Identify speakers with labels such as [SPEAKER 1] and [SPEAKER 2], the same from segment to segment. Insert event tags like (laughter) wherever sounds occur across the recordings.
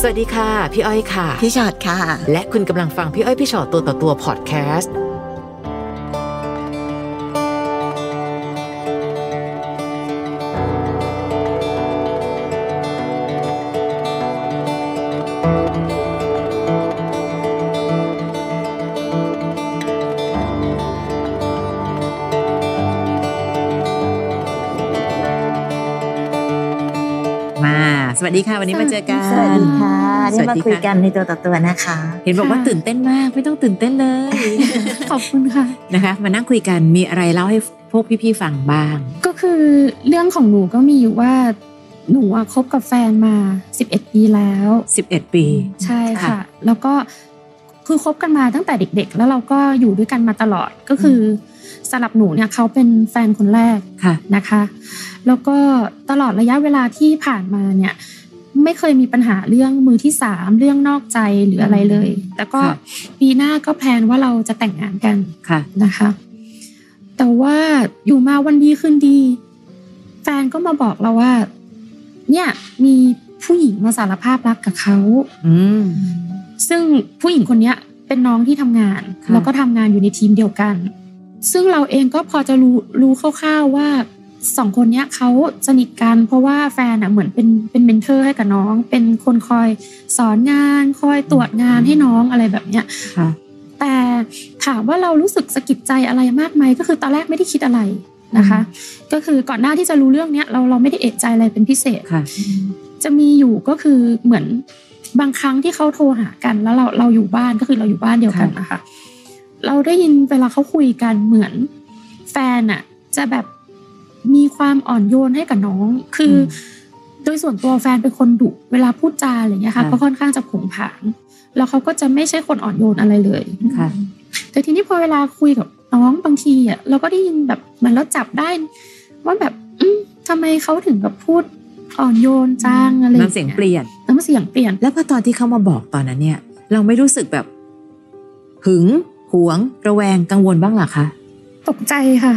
[SPEAKER 1] สวัสดีค่ะ พี่อ้อยค่ะ
[SPEAKER 2] พี่ชอดค่ะ
[SPEAKER 1] และคุณกำลังฟังพี่อ้อยพี่ชอตตัวต่อตัวพอดแคสต์
[SPEAKER 3] มา สวัสดีค่ะ วันนี้มาเจอกัน
[SPEAKER 2] สวัสดีค่ะ
[SPEAKER 3] ส
[SPEAKER 2] ได้
[SPEAKER 3] วัส
[SPEAKER 2] มา
[SPEAKER 3] ดี
[SPEAKER 2] คุย
[SPEAKER 3] ค่ะ
[SPEAKER 2] กันในตัวต่อตัวนะคะ
[SPEAKER 3] เห็นบอกว่า
[SPEAKER 4] ค่ะ
[SPEAKER 3] ตื่นเต้นมาก ไม่ต้องตื่นเต้นเลย (laughs)
[SPEAKER 4] ขอบคุณค่ะ
[SPEAKER 3] นะคะ มานั่งคุยกันมีอะไรเล่าให้พวกพี่ๆฟังบ้าง
[SPEAKER 4] ก็คือเรื่องของหนูก็มีอยู่ว่า หนูอะคบกับแฟนมา 11 ปีแล้ว
[SPEAKER 3] 11 ปี
[SPEAKER 4] ใช่
[SPEAKER 3] ค่ะ
[SPEAKER 4] ค่ะ แล้วก็คือคบกันมาตั้งแต่เด็ก ๆ แล้วเราก็อยู่ด้วยกันมาตลอดก็คือสำหรับหนูเนี่ยเขาเป็นแฟนคนแรก
[SPEAKER 3] ค่ะ
[SPEAKER 4] นะคะ แล้วก็ตลอดระยะเวลาที่ผ่านมาเนี่ย ไม่เคยมีปัญหาเรื่องมือที่สามเรื่องนอกใจหรืออะไรเลย แต่ก็
[SPEAKER 3] ค่ะ
[SPEAKER 4] ปีหน้าก็แพลนว่าเราจะแต่งงานกัน
[SPEAKER 3] ค่ะ
[SPEAKER 4] นะคะ แต่ว่าอยู่มาวันดีขึ้นดี แฟนก็มาบอกเราว่า เนี่ยมีผู้หญิงมาสารภาพรักกับเขา
[SPEAKER 3] อืม
[SPEAKER 4] ซึ่งผู้หญิงคนเนี้ยเป็นน้องที่ทำงาน
[SPEAKER 3] ค่ะ
[SPEAKER 4] แล้วก็ทำงานอยู่ในทีมเดียวกัน ซึ่งเราเองก็พอจะรู้รู้คร่าวๆว่าสองคนเนี้ยเขาสนิทกัน เพราะว่าแฟนอ่ะเหมือนเป็นเป็นเมนเทอร์ให้กับน้อง เป็นคนคอยสอนงาน คอยตรวจงานให้น้องอะไรแบบเนี้ย
[SPEAKER 3] ค่ะ
[SPEAKER 4] แต่ถามว่าเรารู้สึกสะกิดใจอะไรมากไหมก็คือตอนแรกไม่ได้คิดอะไรนะคะ ก็คือก่อนหน้าที่จะรู้เรื่องเนี้ยเราเราไม่ได้เอะใจอะไรเป็นพิเศษ
[SPEAKER 3] ค่ะ
[SPEAKER 4] จะมีอยู่ก็คือเหมือนบางครั้งที่เขาโทรหากันแล้วเราเราอยู่บ้านก็คือเราอยู่บ้านเดียวกันนะคะเราได้ยินเวลาเขาคุยกันเหมือนแฟนอะจะแบบมีความอ่อนโยนให้กับน้อง คืออ
[SPEAKER 3] ม
[SPEAKER 4] โดยส่วนตัวแฟนเป็นคนดุเวลาพูดจาอะไรอย่างเงี้ยค่ะ
[SPEAKER 3] ค่ะ
[SPEAKER 4] ก็ค่อนข้างจะผงผาง แล้วเขาก็จะไม่ใช่คนอ่อนโยนอะไรเลย
[SPEAKER 3] ค่ะ
[SPEAKER 4] แต่ทีนี้พอเวลาคุยกับน้องบางทีอ่ะเราก็ได้ยินแบบเหมือนเราจับได้ ว่าแบบอืมทำไมเขาถึงกับพูดอ่อนโยนจังอะไรอ
[SPEAKER 3] น้ำเสียงเปลี่ยน
[SPEAKER 4] น้ำเสียงเปลี่ยน
[SPEAKER 3] แล้วพอตอนที่เขามาบอกตอนนั้นเนี่ย เราไม่รู้สึกแบบ หึง หวง ระแวง กังวลบ้างเหรอคะ
[SPEAKER 4] ตกใจค่ะ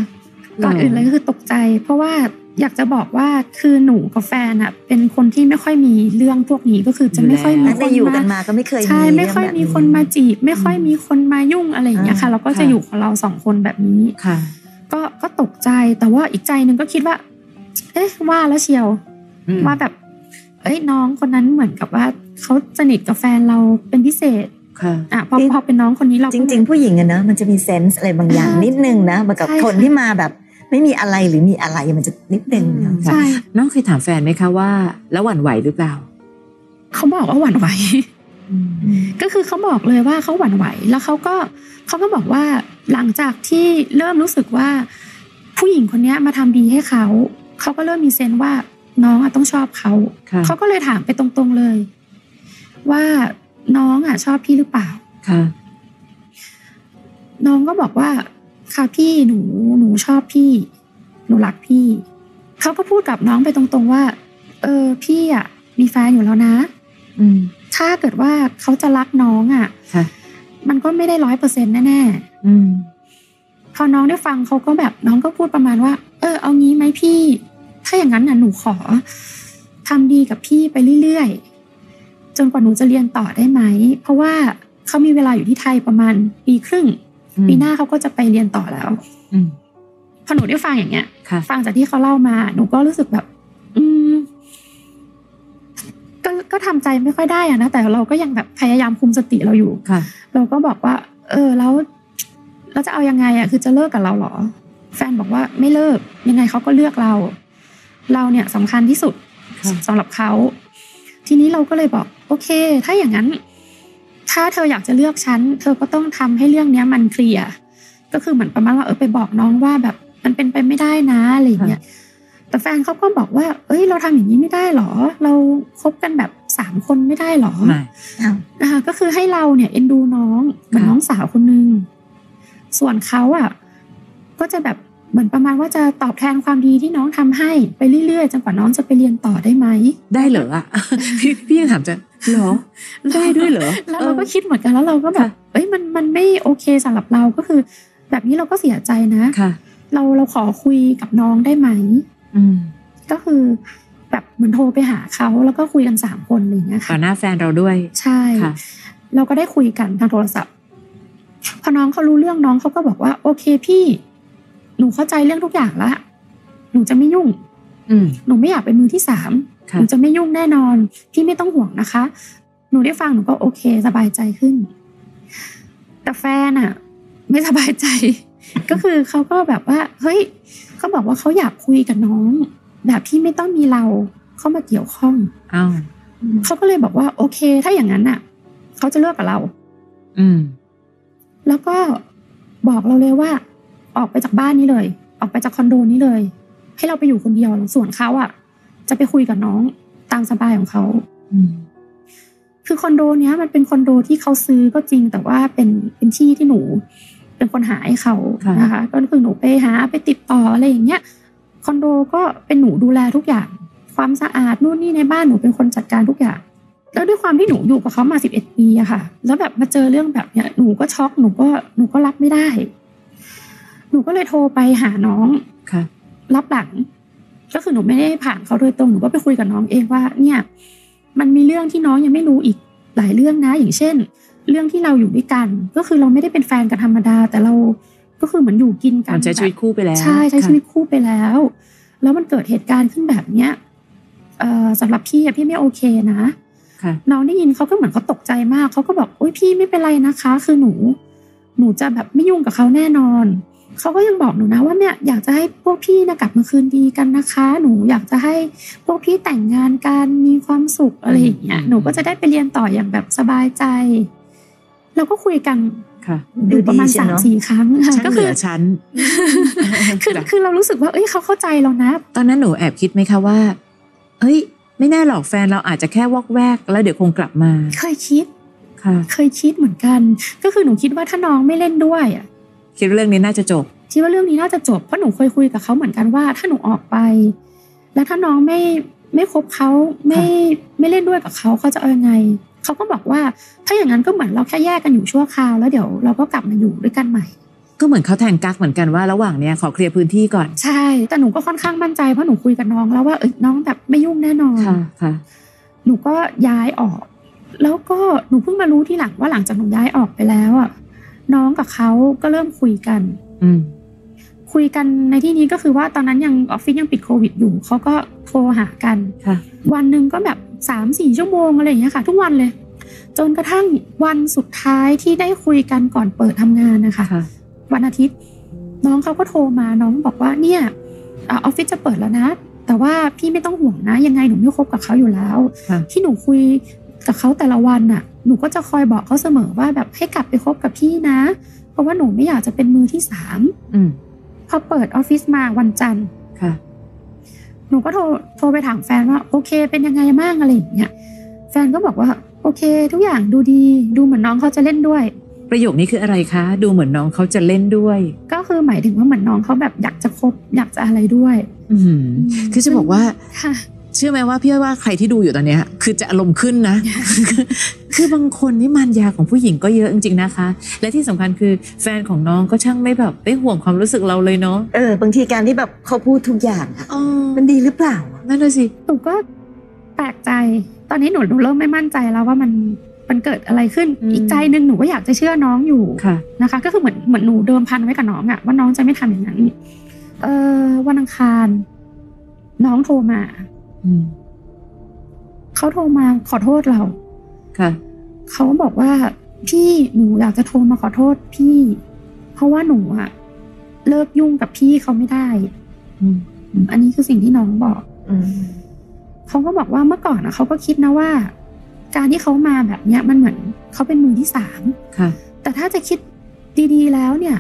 [SPEAKER 4] ก่อนอื่น
[SPEAKER 3] อืม
[SPEAKER 4] เลยก็คือตกใจ เพราะว่าอยากจะบอกว่าคือหนูกับแฟนอ่ะ เป็นคนที่ไม่ค่อยมีเรื่องพวกนี้ก็คือจะไม่ค่อยมี
[SPEAKER 2] ตั้ง
[SPEAKER 4] ค
[SPEAKER 2] แต่
[SPEAKER 4] น
[SPEAKER 2] อยู่กั
[SPEAKER 4] มา
[SPEAKER 2] นมาก็ไม่เคยมี
[SPEAKER 4] ใช่ไม่ค่อยมีคนมาจีบ ไม่ค่อยมีคนมายุ่งอะไรอย่างเงี้ยค่ะ เราก็จะ
[SPEAKER 3] ค่ะ
[SPEAKER 4] อยู่ของเราสองคนแบบนี้
[SPEAKER 3] ค่ะ
[SPEAKER 4] ก็ก็ตกใจแต่ว่าอีกใจหนึ่งก็คิดว่า เอ๊ะว่าแล้วเชียว
[SPEAKER 3] อืม
[SPEAKER 4] ว่าแบบ เอ้ยน้องคนนั้นเหมือนกับว่าเขาสนิทกับแฟนเราเป็นพิเศษ
[SPEAKER 3] ค่ะ
[SPEAKER 4] อ่ะพอพอเป็นน้องคนนี้เรา
[SPEAKER 2] จ
[SPEAKER 4] ก็
[SPEAKER 2] ริง ๆ ผู้หญิงอะนะมันจะมีเซนส์อะไรบางอย่าง
[SPEAKER 4] ใช่
[SPEAKER 2] นิดนึงนะเหมือนกับ
[SPEAKER 4] ใช่ค่ะ
[SPEAKER 2] คนที่มาแบบ ไม่มีอะไรหรือมีอะไรมันจะนิดนึงนะ
[SPEAKER 3] อืม
[SPEAKER 4] ใช่
[SPEAKER 3] น้องเคยถามแฟนไหมคะว่า แล้วหวั่นไหวหรือเปล่า
[SPEAKER 4] เขาบอกว่าหวั่นไหว (laughs) ก็คือเขาบอกเลยว่าเขาหวั่นไหว แล้วเขาก็เขาก็บอกว่าหลังจากที่เริ่มรู้สึกว่า ผู้หญิงคนเนี้ยมาทำดีให้เขาเขาก็เริ่มมีเซนส์ว่าน้องอะต้องชอบเขา
[SPEAKER 3] ค่ะ
[SPEAKER 4] เขาก็เลยถามไปตรงๆเลย ว่าน้องอ่ะชอบพี่หรือเปล่า
[SPEAKER 3] ค่ะ
[SPEAKER 4] น้องก็บอกว่า ค่ะพี่หนูหนูชอบพี่ หนูรักพี่ เขาก็พูดกับน้องไปตรงๆว่า เออพี่อ่ะมีแฟนอยู่แล้วนะ
[SPEAKER 3] อืม
[SPEAKER 4] ถ้าเกิดว่าเขาจะรักน้องอ่ะ
[SPEAKER 3] ค่ะ
[SPEAKER 4] มันก็ไม่ได้ร้อยเปอร์เซ็นต์แน่
[SPEAKER 3] อืม
[SPEAKER 4] ๆพอน้องได้ฟังเขาก็แบบน้องก็พูดประมาณว่า เออ เอางี้ไหมพี่ ถ้าอย่างนั้นน่ะหนูขอทำดีกับพี่ไปเรื่อยๆจนกว่าหนูจะเรียนต่อได้ไหม เพราะว่าเขามีเวลาอยู่ที่ไทยประมาณปีครึ่ง ปีหน้าเขาก็จะไปเรียนต่อแล้ว
[SPEAKER 3] อืม
[SPEAKER 4] พอหนูได้ฟังอย่างเงี้ย
[SPEAKER 3] ค่ะ
[SPEAKER 4] ฟังจากที่เขาเล่ามา หนูก็รู้สึกแบบ อืม ก็ก็ทำใจไม่ค่อยได้อะนะ แต่เราก็ยังแบบพยายามคุมสติเราอยู่
[SPEAKER 3] ค่ะ
[SPEAKER 4] เราก็บอกว่า เออ แล้วเราจะเอายังไงอะคือจะเลิกกับเราเหรอ แฟนบอกว่าไม่เลิก ยังไงเขาก็เลือกเรา เราเนี่ยสำคัญที่สุด
[SPEAKER 3] ค่ะ
[SPEAKER 4] สำหรับเขา ทีนี้เราก็เลยบอก โอเค ถ้าอย่างนั้น ถ้าเธออยากจะเลือกฉัน เธอก็ต้องทำให้เรื่องเนี้ยมันเคลียร์ ก็คือเหมือนประมาณว่าเออไปบอกน้องว่าแบบมันเป็นไปไม่ได้นะอะไรอย่างเงี้ย แต่แฟนเขาก็บอกว่า เอ้ย เราทำอย่างนี้ไม่ได้หรอ เราคบกันแบบสามคนไม่ได้หรอ
[SPEAKER 3] มา
[SPEAKER 4] นะคะก็คือให้เราเนี่ยเอ็นดูน้องเหมือน
[SPEAKER 3] ค่ะ
[SPEAKER 4] น้องสาวคนนึง ส่วนเขาอ่ะ ก็จะแบบเหมือนประมาณว่าจะตอบแทนความดีที่น้องทำให้ไปเรื่อยๆจนกว่าน้องจะไปเรียนต่อได้ไหม
[SPEAKER 3] ได้เหรออ่ะ พี่พี่ยังถามจะเหรอ ได้ด้วยเหรอ
[SPEAKER 4] แล้วเราก็
[SPEAKER 3] ออ
[SPEAKER 4] คิดเหมือนกันแล้วเราก็แบ
[SPEAKER 3] ค่ะ
[SPEAKER 4] บเอ้ยมันมันไม่โอเคสำหรับเราก็คือ แบบนี้เราก็เสียใจนะ
[SPEAKER 3] ค่ะ
[SPEAKER 4] เราเราขอคุยกับน้องได้ไหม
[SPEAKER 3] อืม
[SPEAKER 4] ก็คือ แบบเหมือนโทรไปหาเขาแล้วก็คุยกันสามคนอะไรอย่างเงี้ย
[SPEAKER 3] ต่
[SPEAKER 4] ค่ะ
[SPEAKER 3] อหน้าแฟนเราด้วย
[SPEAKER 4] ใช่
[SPEAKER 3] ค่ะ
[SPEAKER 4] เราก็ได้คุยกันทางโทรศัพท์พอน้องเขารู้เรื่องน้องเขาก็บอกว่า โอเคพี่ หนูเข้าใจเรื่องทุกอย่างละหนูจะไม่ยุ่ง
[SPEAKER 3] อืม
[SPEAKER 4] หนูไม่อยากเป็นมือที่สามห
[SPEAKER 3] ค่ะ
[SPEAKER 4] นูจะไม่ยุ่งแน่นอน พี่ไม่ต้องห่วงนะคะ หนูได้ฟังหนูก็โอเคสบายใจขึ้น แต่แฟนอะไม่สบายใจ (laughs) ก็คือเขาก็แบบว่า เฮ้ยเขาบอกว่าเขาอยากคุยกับน้อง แบบที่ไม่ต้องมีเราเข้ามาเกี่ยวข้อง
[SPEAKER 3] เอ้า
[SPEAKER 4] เขาก็เลยบอกว่า โอเค ถ้าอย่างนั้นน่ะ เขาจะเลิกกับเรา
[SPEAKER 3] อืม
[SPEAKER 4] แล้วก็บอกเราเลยว่า ออกไปจากบ้านนี้เลย ออกไปจากคอนโดนี้เลย ให้เราไปอยู่คนเดียวส่วนเขาอ่ะ จะไปคุยกับน้องตามสบายของเขา
[SPEAKER 3] อืม
[SPEAKER 4] คือคอนโดเนี้ยมันเป็นคอนโดที่เขาซื้อก็จริง แต่ว่าเป็นเป็นที่ที่หนู เป็นคนหาให้เขา
[SPEAKER 3] ค่ะ
[SPEAKER 4] นะคะก็คือหนูไปหาไปติดต่ออะไรอย่างเงี้ยคอนโดก็เป็นหนูดูแลทุกอย่าง ความสะอาดนู่นนี่ในบ้านหนูเป็นคนจัดการทุกอย่าง แล้วด้วยความที่หนูอยู่กับเขามาสิบเอ็ดปีอะค่ะ แล้วแบบมาเจอเรื่องแบบเนี้ยหนูก็ช็อกหนูก็หนูก็รับไม่ได้ หนูก็เลยโทรไปหาน้อง
[SPEAKER 3] ค่ะ
[SPEAKER 4] รับหลัง ก็คือหนูไม่ได้ผ่านเขาโดยตรงหนูก็ไปคุยกับน้องเองว่า เนี่ย มันมีเรื่องที่น้องยังไม่รู้อีกหลายเรื่องนะ อย่างเช่น เรื่องที่เราอยู่ด้วยกัน ก็คือเราไม่ได้เป็นแฟนกันธรรมดา แต่เราก็คือเหมือนอยู่กินกั
[SPEAKER 3] มันนใช้ชีวิต
[SPEAKER 4] แบบ
[SPEAKER 3] คู่ไปแล้ว
[SPEAKER 4] ใช่ใช้
[SPEAKER 3] ค่ะ
[SPEAKER 4] ชีวิตคู่ไปแล้ว แล้วมันเกิดเหตุการณ์ขึ้นแบบเนี้ยเอ่อสำหรับพี่อะพี่ไม่โอเคนะ
[SPEAKER 3] ค่ะ
[SPEAKER 4] น้องได้ยินเขาก็เหมือนเขาตกใจมาก เขาก็บอกอุ้ยพี่ไม่เป็นไรนะคะ คือหนู หนูจะแบบไม่ยุ่งกับเขาแน่นอน เขาก็ยังบอกหนูนะว่าเนี่ยอยากจะให้พวกพี่นะกลับมาคืนดีกันนะคะ หนูอยากจะให้พวกพี่แต่งงานกันมีความสุขอะไรอย่างเงี้ย
[SPEAKER 3] อืม
[SPEAKER 4] หนูก็จะได้ไปเรียนต่ออย่างแบบสบายใจ เราก็คุยกัน
[SPEAKER 3] ค่ะ
[SPEAKER 4] อ
[SPEAKER 2] ดู
[SPEAKER 4] ยู่ประ
[SPEAKER 2] ดี
[SPEAKER 4] มาณ
[SPEAKER 2] ใช่
[SPEAKER 4] สาม
[SPEAKER 2] เนาะ
[SPEAKER 4] สี่ครั้งค่ะ
[SPEAKER 3] ฉัน
[SPEAKER 4] ก็
[SPEAKER 3] เห
[SPEAKER 4] คื
[SPEAKER 3] ลื
[SPEAKER 4] อ
[SPEAKER 3] อฉัน
[SPEAKER 4] คือคือเรารู้สึกว่าเอ้ยเขาเข้าใจเรานะ
[SPEAKER 3] (laughs) ตอนนั้นหนูแอบคิดไหมคะว่า เฮ้ย ไม่แน่หรอกแฟนเราอาจจะแค่วอกแวก แล้วเดี๋ยวคงกลับมา
[SPEAKER 4] เคยคิด
[SPEAKER 3] ค่ะ
[SPEAKER 4] เคยคิดเหมือนกัน ก็คือหนูคิดว่าถ้าน้องไม่เล่นด้วยอะ
[SPEAKER 3] คิดว่าเรื่องนี้น่าจะจบ
[SPEAKER 4] คิดว่าเรื่องนี้น่าจะจบเพราะหนูเคยคุยกับเขาเหมือนกันว่า ถ้าหนูออกไป แล้วถ้าน้องไม่ไม่คบเขาไม่ไม่เล่นด้วยกับเขาเขาจะเอายังไงเขาก็บอกว่า ถ้าอย่างนั้นก็เหมือนเราแค่แยกกันอยู่ชั่วคราวแล้วเดี๋ยวเราก็กลับมาอยู่ด้วยกันใหม่
[SPEAKER 3] ก็เหมือนเขาแทงกักเหมือนกันว่าระหว่างเนี้ยขอเคลียร์พื้นที่ก่อน
[SPEAKER 4] ใช่ แต่หนูก็ค่อนข้างมั่นใจเพราะหนูคุยกับน้องแล้วว่าเอยน้องแบบไม่ยุ่งแน่นอน
[SPEAKER 3] ค่ะ ค่ะ
[SPEAKER 4] หนูก็ย้ายออก แล้วก็หนูเพิ่งมารู้ที่หลังว่าหลังจากหนูย้ายออกไปแล้วอ่ะน้องกับเขาก็เริ่มคุยกัน
[SPEAKER 3] อืม
[SPEAKER 4] คุยกันในที่นี้ก็คือว่าตอนนั้นยังออฟฟิศยังปิดโควิดอยู่เขาก็โทรหากัน
[SPEAKER 3] ค่ะ
[SPEAKER 4] วันหนึ่งก็แบบสามสี่ชั่วโมงอะไรอย่างเงี้ยค่ะ ทุกวันเลย จนกระทั่งวันสุดท้ายที่ได้คุยกันก่อนเปิดทำงานนะคะ
[SPEAKER 3] ค่ะ
[SPEAKER 4] วันอาทิตย์ น้องเขาก็โทรมาน้องบอกว่าเนี่ยอ่าออฟฟิศจะเปิดแล้วนะ แต่ว่าพี่ไม่ต้องห่วงนะ ยังไงหนูไม่คบกับเขาอยู่แล้ว
[SPEAKER 3] ค่ะ
[SPEAKER 4] ที่หนูคุยกับเขาแต่ละวันน่ะ หนูก็จะคอยบอกเขาเสมอว่าแบบให้กลับไปคบกับพี่นะ เพราะว่าหนูไม่อยากจะเป็นมือที่สาม
[SPEAKER 3] อืม
[SPEAKER 4] พอเปิดออฟฟิศมาวันจันทร์
[SPEAKER 3] ค่ะ
[SPEAKER 4] หนูก็โทรโทรไปถามแฟนว่าโอเค เป็นยังไงบ้างอะไรอย่างเงี้ยแฟนก็บอกว่า โอเค ทุกอย่างดูดีดูเหมือนน้องเขาจะเล่นด้วย
[SPEAKER 3] ประโยคนี้คืออะไรคะ ดูเหมือนน้องเขาจะเล่นด้วย
[SPEAKER 4] ก็คือหมายถึงว่าเหมือนน้องเขาแบบอยากจะคบอยากจะอะไรด้วย
[SPEAKER 3] อืม คือจะบอกว่า
[SPEAKER 4] ค่ะ
[SPEAKER 3] เชื่อไหมว่าพี่ว่าใครที่ดูอยู่ตอนเนี้ย คือจะอารมณ์ขึ้นนะ (laughs) คือบางคนนี่มันยาของผู้หญิงก็เยอะจริงๆนะคะ และที่สำคัญคือแฟนของน้องก็ช่างไม่แบบไม่ห่วงความรู้สึกเราเลยเนาะ
[SPEAKER 2] เออบางทีการที่แบบเขาพูดทุกอย่างอะ
[SPEAKER 3] อ๋อ
[SPEAKER 2] มันดีหรือเปล่าอะ
[SPEAKER 3] นั่นเลยสิ
[SPEAKER 4] หนูก็แปลกใจ ตอนนี้หนูหนูเริ่มไม่มั่นใจแล้วว่ามันมันเกิดอะไรขึ้น
[SPEAKER 3] อืม
[SPEAKER 4] อีกใจหนึงหนูก็อยากจะเชื่อน้องอยู่
[SPEAKER 3] ค่ะ
[SPEAKER 4] นะคะก็คือเหมือนเหมือนหนูเดิมพันไว้กับน้องอะว่าน้องจะไม่ทำอย่างนั้นเออวันอังคาร น้องโทรมา
[SPEAKER 3] อืม
[SPEAKER 4] เขาโทรมาขอโทษเรา
[SPEAKER 3] ค่ะ
[SPEAKER 4] เขาบอกว่าพี่หนูอยากจะโทรมาขอโทษพี่ เพราะว่าหนูอะเลิกยุ่งกับพี่เขาไม่ได้
[SPEAKER 3] อืม
[SPEAKER 4] อืมอันนี้คือสิ่งที่น้องบอก
[SPEAKER 2] อืม
[SPEAKER 4] เขาก็บอกว่าเมื่อก่อนอะเขาก็คิดนะว่า การที่เขามาแบบเนี้ยมันเหมือนเขาเป็นมือที่สาม
[SPEAKER 3] ค่ะ
[SPEAKER 4] แต่ถ้าจะคิดดีๆแล้วเนี่ย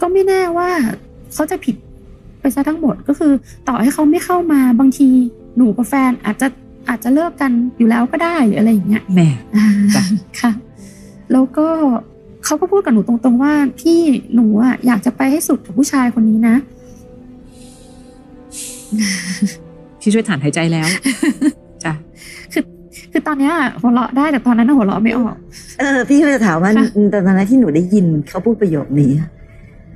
[SPEAKER 4] ก็ไม่แน่ว่าเขาจะผิดไปซะทั้งหมดก็คือ ต่อให้เขาไม่เข้ามาบางทีหนูกับแฟนอาจจะอาจจะเลิกกันอยู่แล้วก็ได้หรืออะไรอย่างเงี้ย
[SPEAKER 3] แหม
[SPEAKER 4] อ่า
[SPEAKER 3] จ้ะ
[SPEAKER 4] (laughs) ค่ะ แล้วก็เขาก็พูดกับหนูตรงๆว่าพี่หนูอะอยากจะไปให้สุดกับผู้ชายคนนี้นะ
[SPEAKER 3] พี่ช่วยถานหายใจแล้ว (laughs) จ้ะ
[SPEAKER 4] คือตอนเนี้ยหัวเราะได้แต่ตอนนั้นน่ะหัวเราะไม่ออก
[SPEAKER 2] เออ พี่ก็จะถามว่า
[SPEAKER 4] ค่ะ
[SPEAKER 2] ตอนนั้นที่หนูได้ยินเขาพูดประโยคนี้อะ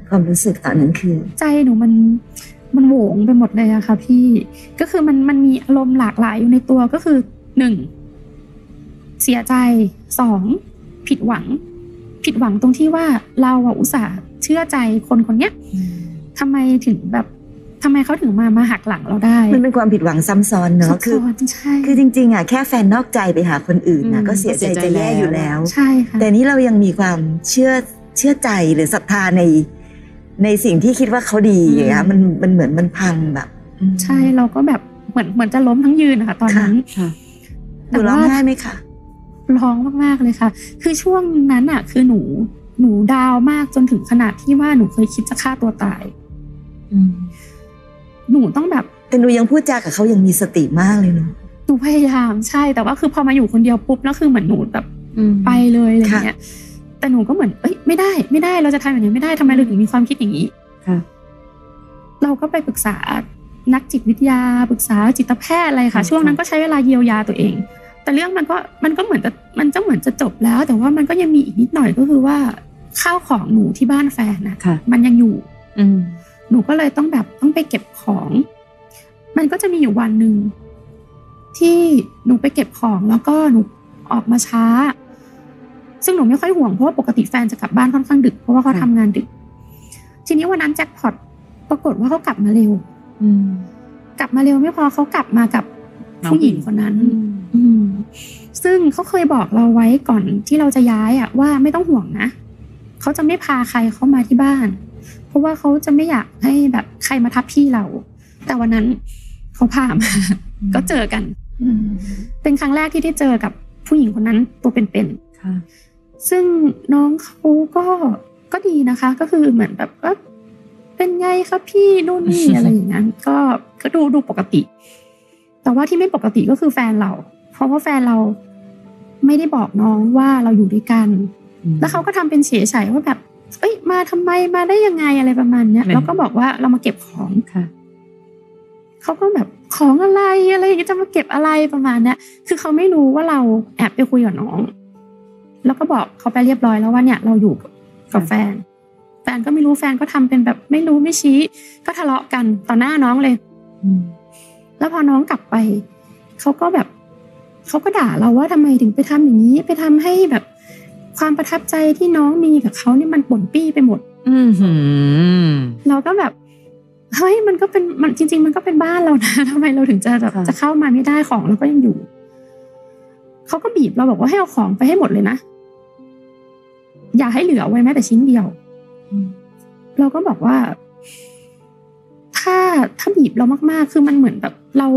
[SPEAKER 2] ความรู้สึกตอนนั้นคือ
[SPEAKER 4] ใจหนูมัน มันโหวงไปหมดเลยอะค่ะพี่ก็คือมันมันมีอารมณ์หลากหลายอยู่ในตัวก็คือหนึ่งเสียใจสองผิดหวัง ผิดหวังตรงที่ว่าเราอะอุตส่าห์เชื่อใจคนคนเนี้ยทำไมถึงแบบทำไมเขาถึงมามาหักหลังเราได้
[SPEAKER 2] มันเป็นความผิดหวังซ้ำซ้อนเน
[SPEAKER 4] ซั
[SPEAKER 2] อะ
[SPEAKER 4] บ
[SPEAKER 2] คือ
[SPEAKER 4] ซ้อนใช่
[SPEAKER 2] คือจริงๆอ่ะแค่แฟนนอกใจไปหาคนอื่นนะ
[SPEAKER 4] อืม
[SPEAKER 2] ก็เสียใจ
[SPEAKER 3] เสียใจ
[SPEAKER 2] จะแย่
[SPEAKER 3] แล้ว
[SPEAKER 2] อยู่แล้ว
[SPEAKER 4] ใช่ค่ะ
[SPEAKER 2] แต่นี่เรายังมีความเชื่อเชื่อใจหรือศรัทธาใน ในสิ่งที่คิดว่าเขาดี
[SPEAKER 3] อืม
[SPEAKER 2] อย่างเงี้ยมันมันเหมือนมันพังแบบ
[SPEAKER 4] ใช่เราก็แบบเหมือนเหมือนจะล้มทั้งยืนนะคะตอนนั้น
[SPEAKER 3] ค่ะ
[SPEAKER 2] หนูร้องไห้ไหมคะ
[SPEAKER 4] ร้องมากๆเลยค่ะ คือช่วงนั้นอ่ะ คือหนูหนูดาวน์มากจนถึงขนาดที่ว่าหนูเคยคิดจะฆ่าตัวตาย หนูต้องแบบ
[SPEAKER 2] แต่หนูยังพูดจากับเขายังมีสติมากเลยเนาะ
[SPEAKER 4] หนูพยายามใช่แต่ว่าคือพอมาอยู่คนเดียวปุ๊บแล้วคือเหมือนหนูแบบไปเลยอะไรอย่างเงี้ยแต่หนูก็เหมือนเอ้ยไม่ได้ไม่ได้เราจะทำอย่างนี้ไม่ได้ทำไมเราถึงมีความคิดอย่างนี้
[SPEAKER 3] ค่ะ
[SPEAKER 4] เราก็ไปปรึกษานักจิตวิทยาปรึกษาจิตแพทย์อะไรค่ะ
[SPEAKER 3] อืม
[SPEAKER 4] ช่วงนั้นก็ใช้เวลาเยียวยาตัวเอง แต่เรื่องมันก็มันก็เหมือนจะมันจะเหมือนจะจบแล้ว แต่ว่ามันก็ยังมีอีกนิดหน่อยก็คือว่าข้าวของหนูที่บ้านแฟนนะ
[SPEAKER 3] ค่ะ
[SPEAKER 4] มันยังอยู่
[SPEAKER 3] อืม
[SPEAKER 4] หนูก็เลยต้องแบบต้องไปเก็บของ มันก็จะมีอยู่วันหนึ่งที่หนูไปเก็บของแล้วก็หนูออกมาช้า ซึ่งหนูไม่ค่อยห่วงเพราะว่าปกติแฟนจะกลับบ้านค่อนข้างดึกเพราะว่าเขา
[SPEAKER 3] ค่ะ
[SPEAKER 4] ทำงานดึก ทีนี้วันนั้นแจ็คพอตปรากฏว่าเขากลับมาเร็ว
[SPEAKER 3] อืม
[SPEAKER 4] กลับมาเร็วไม่พอเขากลับมากับ
[SPEAKER 3] น้อง
[SPEAKER 4] ผู้หญิง
[SPEAKER 3] ผู้หญิง
[SPEAKER 4] คนนั้น อืม ซึ่งเขาเคยบอกเราไว้ก่อนที่เราจะย้ายอะว่าไม่ต้องห่วงนะเขาจะไม่พาใครเข้ามาที่บ้าน เพราะว่าเขาจะไม่อยากให้แบบใครมาทับพี่เรา แต่วันนั้นเขาพามา (laughs) ก็เจอกัน เป็นครั้งแรกที่ได้เจอกับผู้หญิงคนนั้นตัวเป็น
[SPEAKER 3] ค่ะ
[SPEAKER 4] ๆซึ่งน้องเขาก็ก็ดีนะคะ ก็คือเหมือนแบบก็เป็นไงครับพี่นู่นนี่ อะไรอย่างนั้นก็ก็ดูดูปกติ แต่ว่าที่ไม่ปกติก็คือแฟนเรา เพราะว่าแฟนเราไม่ได้บอกน้องว่าเราอยู่ด้วยกัน แล้วเขาก็ทำเป็นเฉยๆว่าแบบ เอ้ยมาทำไมมาได้ยังไงอะไรประมาณเนี้ย
[SPEAKER 3] แม่น
[SPEAKER 4] แล้วก็บอกว่าเรามาเก็บของ
[SPEAKER 3] ค่ะ
[SPEAKER 4] เขาก็แบบของอะไรอะไรอย่างเงี้ยจะมาเก็บอะไรประมาณเนี้ยคือเขาไม่รู้ว่าเราแอบไปคุยกับน้อง แล้วก็บอกเขาไปเรียบร้อยแล้วว่าเนี่ยเราอยู่กับกับแฟน แฟนก็ไม่รู้แฟนก็ทำเป็นแบบไม่รู้ไม่ชี้ ก็ทะเลาะกันต่อหน้าน้องเลย
[SPEAKER 3] อืม
[SPEAKER 4] แล้วพอน้องกลับไปเขาก็แบบเขาก็ด่าเราว่าทำไมถึงไปทำอย่างนี้ ไปทำให้แบบ ความประทับใจที่น้องมีกับเขาเนี่ยมันป่นปี้ไปหมด
[SPEAKER 3] อืมหืม
[SPEAKER 4] (laughs) เราก็แบบเฮ้ยมันก็เป็นมันจริง ๆ มันก็เป็นบ้านเรานะ (laughs) ทำไมเราถึงจะแบบ
[SPEAKER 3] ค่ะ
[SPEAKER 4] จะเข้ามาไม่ได้ของเราก็ยังอยู่เขาก็บีบเราบอกว่าให้เอาของไปให้หมดเลยนะ อย่าให้เหลือไว้แม้แต่ชิ้นเดียว เราก็บอกว่า ถ้าถ้าบีบเรามากๆ คือมันเหมือนแบบ เรา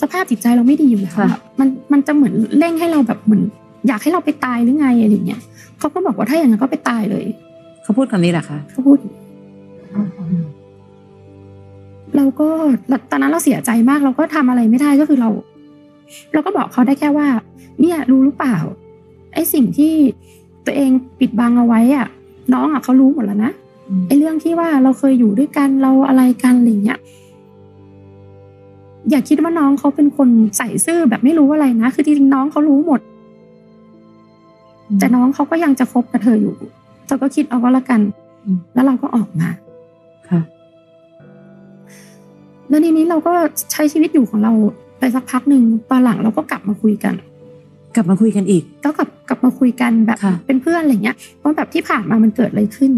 [SPEAKER 4] สภาพจิตใจเราไม่ดีอยู่แล้วอะ
[SPEAKER 3] ค่ะ
[SPEAKER 4] มันมันจะเหมือนเร่งให้เราแบบเหมือน อยากให้เราไปตายหรือไงอะไรอย่างเงี้ยเขาก็บอกว่าถ้าอย่างนั้นก็ไปตายเลย
[SPEAKER 3] เขาพูดคำนี้เหรอคะ
[SPEAKER 4] เขาพูด เราก็ตอนนั้นเราเสียใจมากเราก็ทำอะไรไม่ได้ก็คือเรา เราก็บอกเขาได้แค่ว่า เนี่ยรู้หรือเปล่าไอ้สิ่งที่ตัวเองปิดบังเอาไว้อะน้องอะเขารู้หมดแล้วนะ
[SPEAKER 3] อืม
[SPEAKER 4] ไอ้เรื่องที่ว่าเราเคยอยู่ด้วยกันเราอะไรกันอะไรเงี้ยอย่าคิดว่าน้องเขาเป็นคนใส่ซื่อแบบไม่รู้อะไรนะคือจริงๆน้องเขารู้หมด แต่น้องเขาก็ยังจะคบกับเธออยู่เธอก็คิดเอาก็แล้วกัน
[SPEAKER 3] อืม
[SPEAKER 4] แล้วเราก็ออกมา
[SPEAKER 3] ค่ะ
[SPEAKER 4] แล้วทีนี้เราก็ใช้ชีวิตอยู่ของเราไปสักพักหนึ่งตอนหลังเราก็กลับมาคุยกัน
[SPEAKER 3] กลับมาคุยกันอีก
[SPEAKER 4] ก็กลับกลับมาคุยกันแบบ
[SPEAKER 3] ค่ะ
[SPEAKER 4] เป็นเพื่อนอะไรเงี้ยว่าแบบที่ผ่านมามันเกิดอะไรขึ้น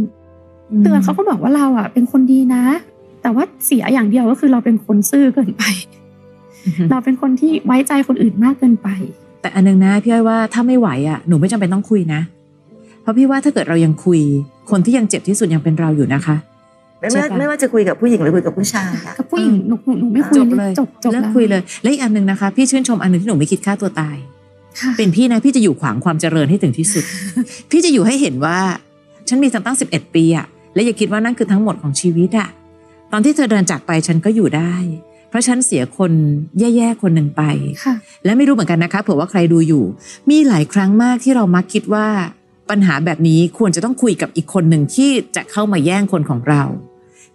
[SPEAKER 4] เตือนเขาก็บอกว่าเราอ่ะ เป็นคนดีนะ แต่ว่าเสียอย่างเดียวก็คือเราเป็นคนซื่อเกินไป
[SPEAKER 3] อืม
[SPEAKER 4] เราเป็นคนที่ไว้ใจคนอื่นมากเกินไป
[SPEAKER 3] แต่อันนึงนะพี่อ้อยว่าถ้าไม่ไหวอ่ะหนูไม่จำเป็นต้องคุยนะ เพราะพี่ว่าถ้าเกิดเรายังคุย คนที่ยังเจ็บที่สุดยังเป็นเราอยู่นะคะ
[SPEAKER 2] ไม่ว่า
[SPEAKER 3] ใช่ปะ
[SPEAKER 2] ไม่ว่าจะคุยกับผู้หญิงหรือคุยกับผู้ชายอะ
[SPEAKER 4] กับผู้หญิงหนูหนูหนูไม่คุ
[SPEAKER 3] จ
[SPEAKER 4] ย
[SPEAKER 3] บเลย
[SPEAKER 4] จบจบ
[SPEAKER 3] เลิก
[SPEAKER 4] แล้ว
[SPEAKER 3] คุยเลย และอีกอันหนึ่งนะคะ พี่ชื่นชมอันหนึ่งที่หนูไม่คิดฆ่าตัวตาย
[SPEAKER 4] ค่ะ
[SPEAKER 3] เป็นพี่นะพี่จะอยู่ขวางความเจริญให้ถึงที่
[SPEAKER 4] (laughs)
[SPEAKER 3] สุด พี่จะอยู่ให้เห็นว่า ฉันมีตั้งสิบเอ็ดปีอะและอย่าคิดว่านั่นคือทั้งหมดของชีวิตอะตอนที่เธอเดินจากไปฉันก็อยู่ได้ เพราะฉันเสียคนแย่ๆคนหนึ่งไป
[SPEAKER 4] ค่ะ
[SPEAKER 3] และไม่รู้เหมือนกันนะคะเผื่อว่าใครดูอยู่ มีหลายครั้งมากที่เรามักคิดว่า ปัญหาแบบนี้ควรจะต้องคุยกับอีกคนหนึ่งที่จะเข้ามาแย่งคนของเรา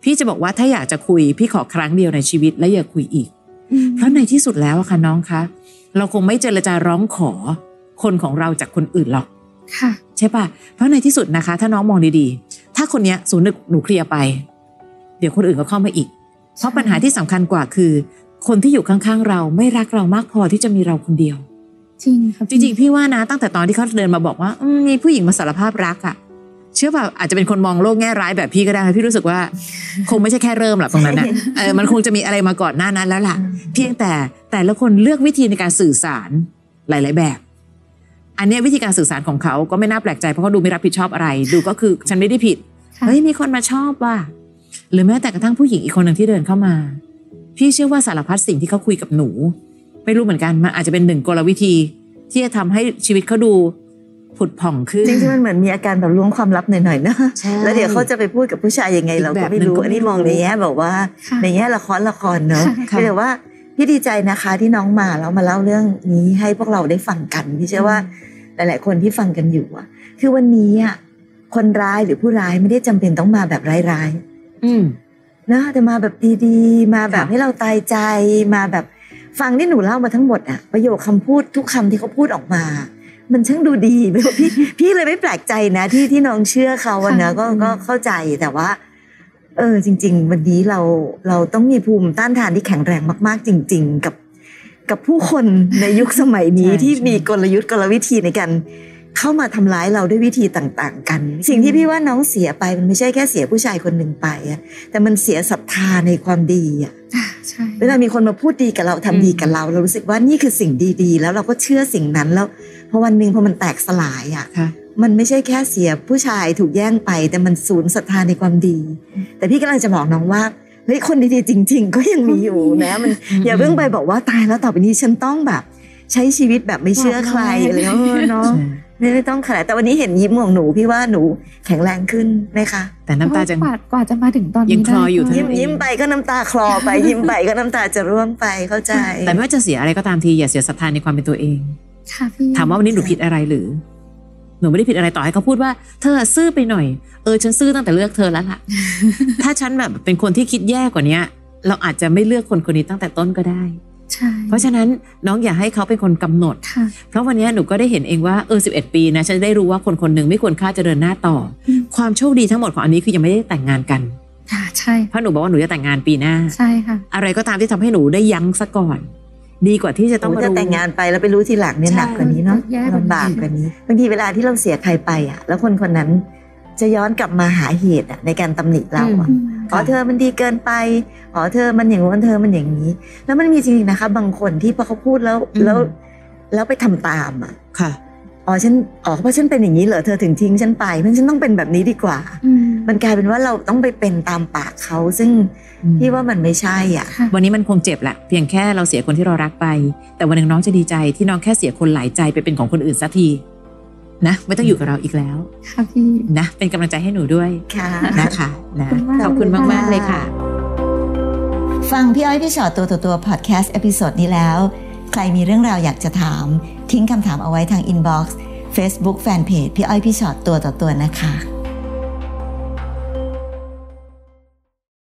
[SPEAKER 3] พี่จะบอกว่าถ้าอยากจะคุย พี่ขอครั้งเดียวในชีวิตและอย่าคุยอีก
[SPEAKER 4] อืม
[SPEAKER 3] เพราะในที่สุดแล้วอะค่ะน้องคะ เราคงไม่เจรจาร้องขอคนของเราจากคนอื่นหรอก
[SPEAKER 4] ค่ะ
[SPEAKER 3] ใช่ปะเพราะในที่สุดนะคะ ถ้าน้องมองดีๆ ถ้าคนเนี้ยสูนย์หนึ่งหนูเคลียร์ไป เดี๋ยวคนอื่นก็เข้ามาอีก เพราะปัญหาที่สำคัญกว่าคือ คนที่อยู่ข้างๆเราไม่รักเรามากพอที่จะมีเราคนเดียว
[SPEAKER 4] จริงค่ะ
[SPEAKER 3] จริงๆ พี่ว่านะตั้งแต่ตอนที่เขาเดินมาบอกว่าอืมมีผู้หญิงมาสารภาพรักอะเชื่อป่ะอาจจะเป็นคนมองโลกแง่ร้ายแบบพี่ก็ได้นะพี่รู้สึกว่า (laughs) คงไม่ใช่แค่เริ่มหรอกตรงนั้นนะเออมันคงจะมีอะไรมาก่อนหน้านั้นแล้วล่ะ เพียงแต่แต่ละคนเลือกวิธีในการสื่อสารหลาย ๆ แบบ อันเนี้ยวิธีการสื่อสารของเขาก็ไม่น่าแปลกใจเพราะเขาดูไม่รับผิดชอบอะไร ดูก็คือฉันไม่ได้ผิด
[SPEAKER 4] ค่ะ
[SPEAKER 3] เฮ้ยมีคนมาชอบว่ะหรือแม้แต่กระทั่งผู้หญิงอีกคนหนึ่งที่เดินเข้ามา พี่เชื่อว่าสารพัดสิ่งที่เขาคุยกับหนู ไม่รู้เหมือนกันมันอาจจะเป็นหนึ่งกลวิธี ที่จะทำให้ชีวิตเขาดูผุดผ่องขึ้น
[SPEAKER 2] จริงๆมันเหมือนมีอาการแบบล้วงความลับหน่อยๆนะแล้วเดี๋ยวเขาจะไปพูดกับผู้ชายยังไง
[SPEAKER 3] อีก
[SPEAKER 2] เราก็
[SPEAKER 3] แบ
[SPEAKER 2] ไม่
[SPEAKER 3] บหนึ่ง
[SPEAKER 2] รู้
[SPEAKER 3] ก็ไม่รู้
[SPEAKER 2] อันนี้มองในแง่แบบว่า
[SPEAKER 4] ค่ะ
[SPEAKER 2] ในแง่ละครละครเนาะ
[SPEAKER 3] ค่ะ
[SPEAKER 2] แต่ว่าพี่ดีใจนะคะที่น้องมาแล้วมาเล่าเรื่องนี้ให้พวกเราได้ฟังกันพี่เชื่อว่า หลาย ๆ คนที่ฟังกันอยู่อะคือวันนี้อะคนร้ายหรือผู้ร้ายไม่ได้จำเป็นต้องมาแบบร้าย
[SPEAKER 3] อืม
[SPEAKER 2] ๆนะแต่มาแบบดีๆ มาแบบ
[SPEAKER 3] ค่ะ
[SPEAKER 2] ให้เราตายใจมาแบบฟังที่หนูเล่ามาทั้งหมดอะประโยคคำพูดทุกคำที่เขาพูดออกมา มันช่างดูดี (laughs) พี่พี่เลยไม่แปลกใจนะ ที่ที่น้องเชื่อเขาอะนะ
[SPEAKER 4] ค่ะ
[SPEAKER 2] ก็ก็เข้าใจแต่ว่า เออจริง ๆ วันนี้เราเราต้องมีภูมิต้านทานที่แข็งแรงมาก ๆ จริง ๆ กับ กับผู้คนในยุคสมัยนี้
[SPEAKER 3] ใช่
[SPEAKER 2] ที่
[SPEAKER 3] ใช่
[SPEAKER 2] มีกลยุทธ์กลวิธีในการเข้ามาทำร้ายเราด้วยวิธีต่าง ๆ กัน สิ่งที่พี่ว่าน้องเสียไปมันไม่ใช่แค่เสียผู้ชายคนหนึ่งไปอะแต่มันเสียศรัทธาในความดีอะ
[SPEAKER 4] อ่าใช่
[SPEAKER 2] เวลามีคนมาพูดดีกับเราทำดีกับเรา เรารู้สึกว่านี่คือสิ่งดีๆ แล้วเราก็เชื่อสิ่งนั้นแล้วพอวันหนึ่งพอมันแตกสลายอะ
[SPEAKER 3] ค่ะ
[SPEAKER 2] มันไม่ใช่แค่เสียผู้ชายถูกแย่งไป แต่มันสูญศรัทธาในความดี แต่พี่กำลังจะบอกน้องว่าเฮ้ยคนดีๆจริง ๆ ก็ยังมีอยู่นะมัน
[SPEAKER 3] อืม
[SPEAKER 2] อย่าเพิ่งไปบอกว่าตายแล้วต่อไปนี้ฉันต้องแบบ ใช้ชีวิตแบบไม่เชื่อใครอะไรเออเนาะไม่ไม่ต้องขนาดแต่วันนี้เห็นยิ้มของหนูพี่ว่าหนูแข็งแรงขึ้นนะคะ
[SPEAKER 3] แต่น้ำตาจัง
[SPEAKER 4] กว่กว่าจะมาถึงตอนนี้
[SPEAKER 3] ยังคลอ
[SPEAKER 4] ได้
[SPEAKER 3] อยู่ทั้ง
[SPEAKER 2] ยิ้มยิ้มไปก็น้ำตาคลอไป ยิ้มไปก็น้ำตาจะร่วงไปเข้าใจ
[SPEAKER 3] แต่ไม่ว่าจะเสียอะไรก็ตามทีอย่าเสียศรัทธาในความเป็นตัวเอง
[SPEAKER 4] ค่ะพี่
[SPEAKER 3] ถามว่าวันนี้หนูผิดอะไรหรือ หนูไม่ได้ผิดอะไรต่อให้เขาพูดว่า เธอซื่อไปหน่อย เออฉันซื่อตั้งแต่เลือกเธอแล้ว
[SPEAKER 2] (laughs)
[SPEAKER 3] ล่ะ ถ้าฉันแบบเป็นคนที่คิดแย่กว่าเนี้ย เราอาจจะไม่เลือกคนคนนี้ตั้งแต่ต้นก็ได้
[SPEAKER 4] ใช่
[SPEAKER 3] เพราะฉะนั้นน้องอย่าให้เขาเป็นคนกำหนด
[SPEAKER 4] ค่ะ
[SPEAKER 3] เพราะวันนี้หนูก็ได้เห็นเองว่าเออ11 ปีนะฉันจะได้รู้ว่าคนคนหนึ่งไม่ควรค่าจะเดินหน้าต่ออ
[SPEAKER 4] ม
[SPEAKER 3] ความโชคดีทั้งหมดของอันนี้คือยังไม่ได้แต่งงานกัน
[SPEAKER 4] ค่ะใช่
[SPEAKER 3] เพราะหนูบอกว่าหนูจะแต่งงานปีหน้า
[SPEAKER 4] ใช่ค่ะ
[SPEAKER 3] อะไรก็ตามที่ทำให้หนูได้ยั้งซะก่อน ดีกว่าที่จะต้
[SPEAKER 2] ต้
[SPEAKER 3] อ
[SPEAKER 2] อง ง
[SPEAKER 3] มา
[SPEAKER 2] จะ
[SPEAKER 3] รู้
[SPEAKER 2] แต่งงานไปแล้วไปรู้ทีหลังเนี่ย
[SPEAKER 3] ใช่
[SPEAKER 2] หนักกว่านี้เนาะ
[SPEAKER 4] แย่กว่านี้
[SPEAKER 2] ลำบากกว่านี้บางทีเวลาที่เราเสียใครไปอ่ะ แล้วคนคนนั้นจะย้อนกลับมาหาเหตุอะในการตำหนิเราอะ
[SPEAKER 4] อืม
[SPEAKER 2] อ๋อเธอมันดีเกินไปอ๋อเธอมันอย่างงู้นเธอมันอย่างนี้ แล้วมันมีจริงๆนะคะ บางคนที่พอเขาพูดแล้ว
[SPEAKER 3] อืม
[SPEAKER 2] แล้ว แล้วไปทำตามอ่ะ
[SPEAKER 3] ค่ะ
[SPEAKER 2] อ๋อฉันอ๋อเพราะฉันเป็นอย่างนี้เหรอเธอถึงทิ้งฉันไปเพราะฉันต้องเป็นแบบนี้ดีกว่า
[SPEAKER 4] อืม
[SPEAKER 2] มันกลายเป็นว่าเราต้องไปเป็นตามปากเขาซึ่ง
[SPEAKER 3] อืม
[SPEAKER 2] พี่ว่ามันไม่ใช่อ่ะ
[SPEAKER 4] ค่ะ
[SPEAKER 3] วันนี้มันคงเจ็บแหละเพียงแค่เราเสียคนที่เรารักไป แต่วันหนึ่งน้องจะดีใจที่น้องแค่เสียคนหลายใจไปเป็นของคนอื่นสักทีนะไม่ต้องอยู่กับเราอีกแล้ว
[SPEAKER 4] ค่ะพี่
[SPEAKER 3] นะเป็นกำลังใจให้หนูด้วย
[SPEAKER 2] ค่ะ
[SPEAKER 3] นะคะนะ
[SPEAKER 4] ข
[SPEAKER 3] ข
[SPEAKER 4] อ
[SPEAKER 3] อ
[SPEAKER 4] บบ คุ
[SPEAKER 3] คุณณ
[SPEAKER 4] มาก
[SPEAKER 3] มากๆเลยค่ะ
[SPEAKER 2] ฟังพี่อ้อยพี่ชอตตัวต่อตัวพอดแคสต์เอพิโซดนี้แล้ว ใครมีเรื่องราวอยากจะถาม ทิ้งคำถามเอาไว้ทางอินบ็อกซ์เฟซบุ๊กแฟนเพจพี่อ้อยพี่ชอตตัวต่อตัวนะคะ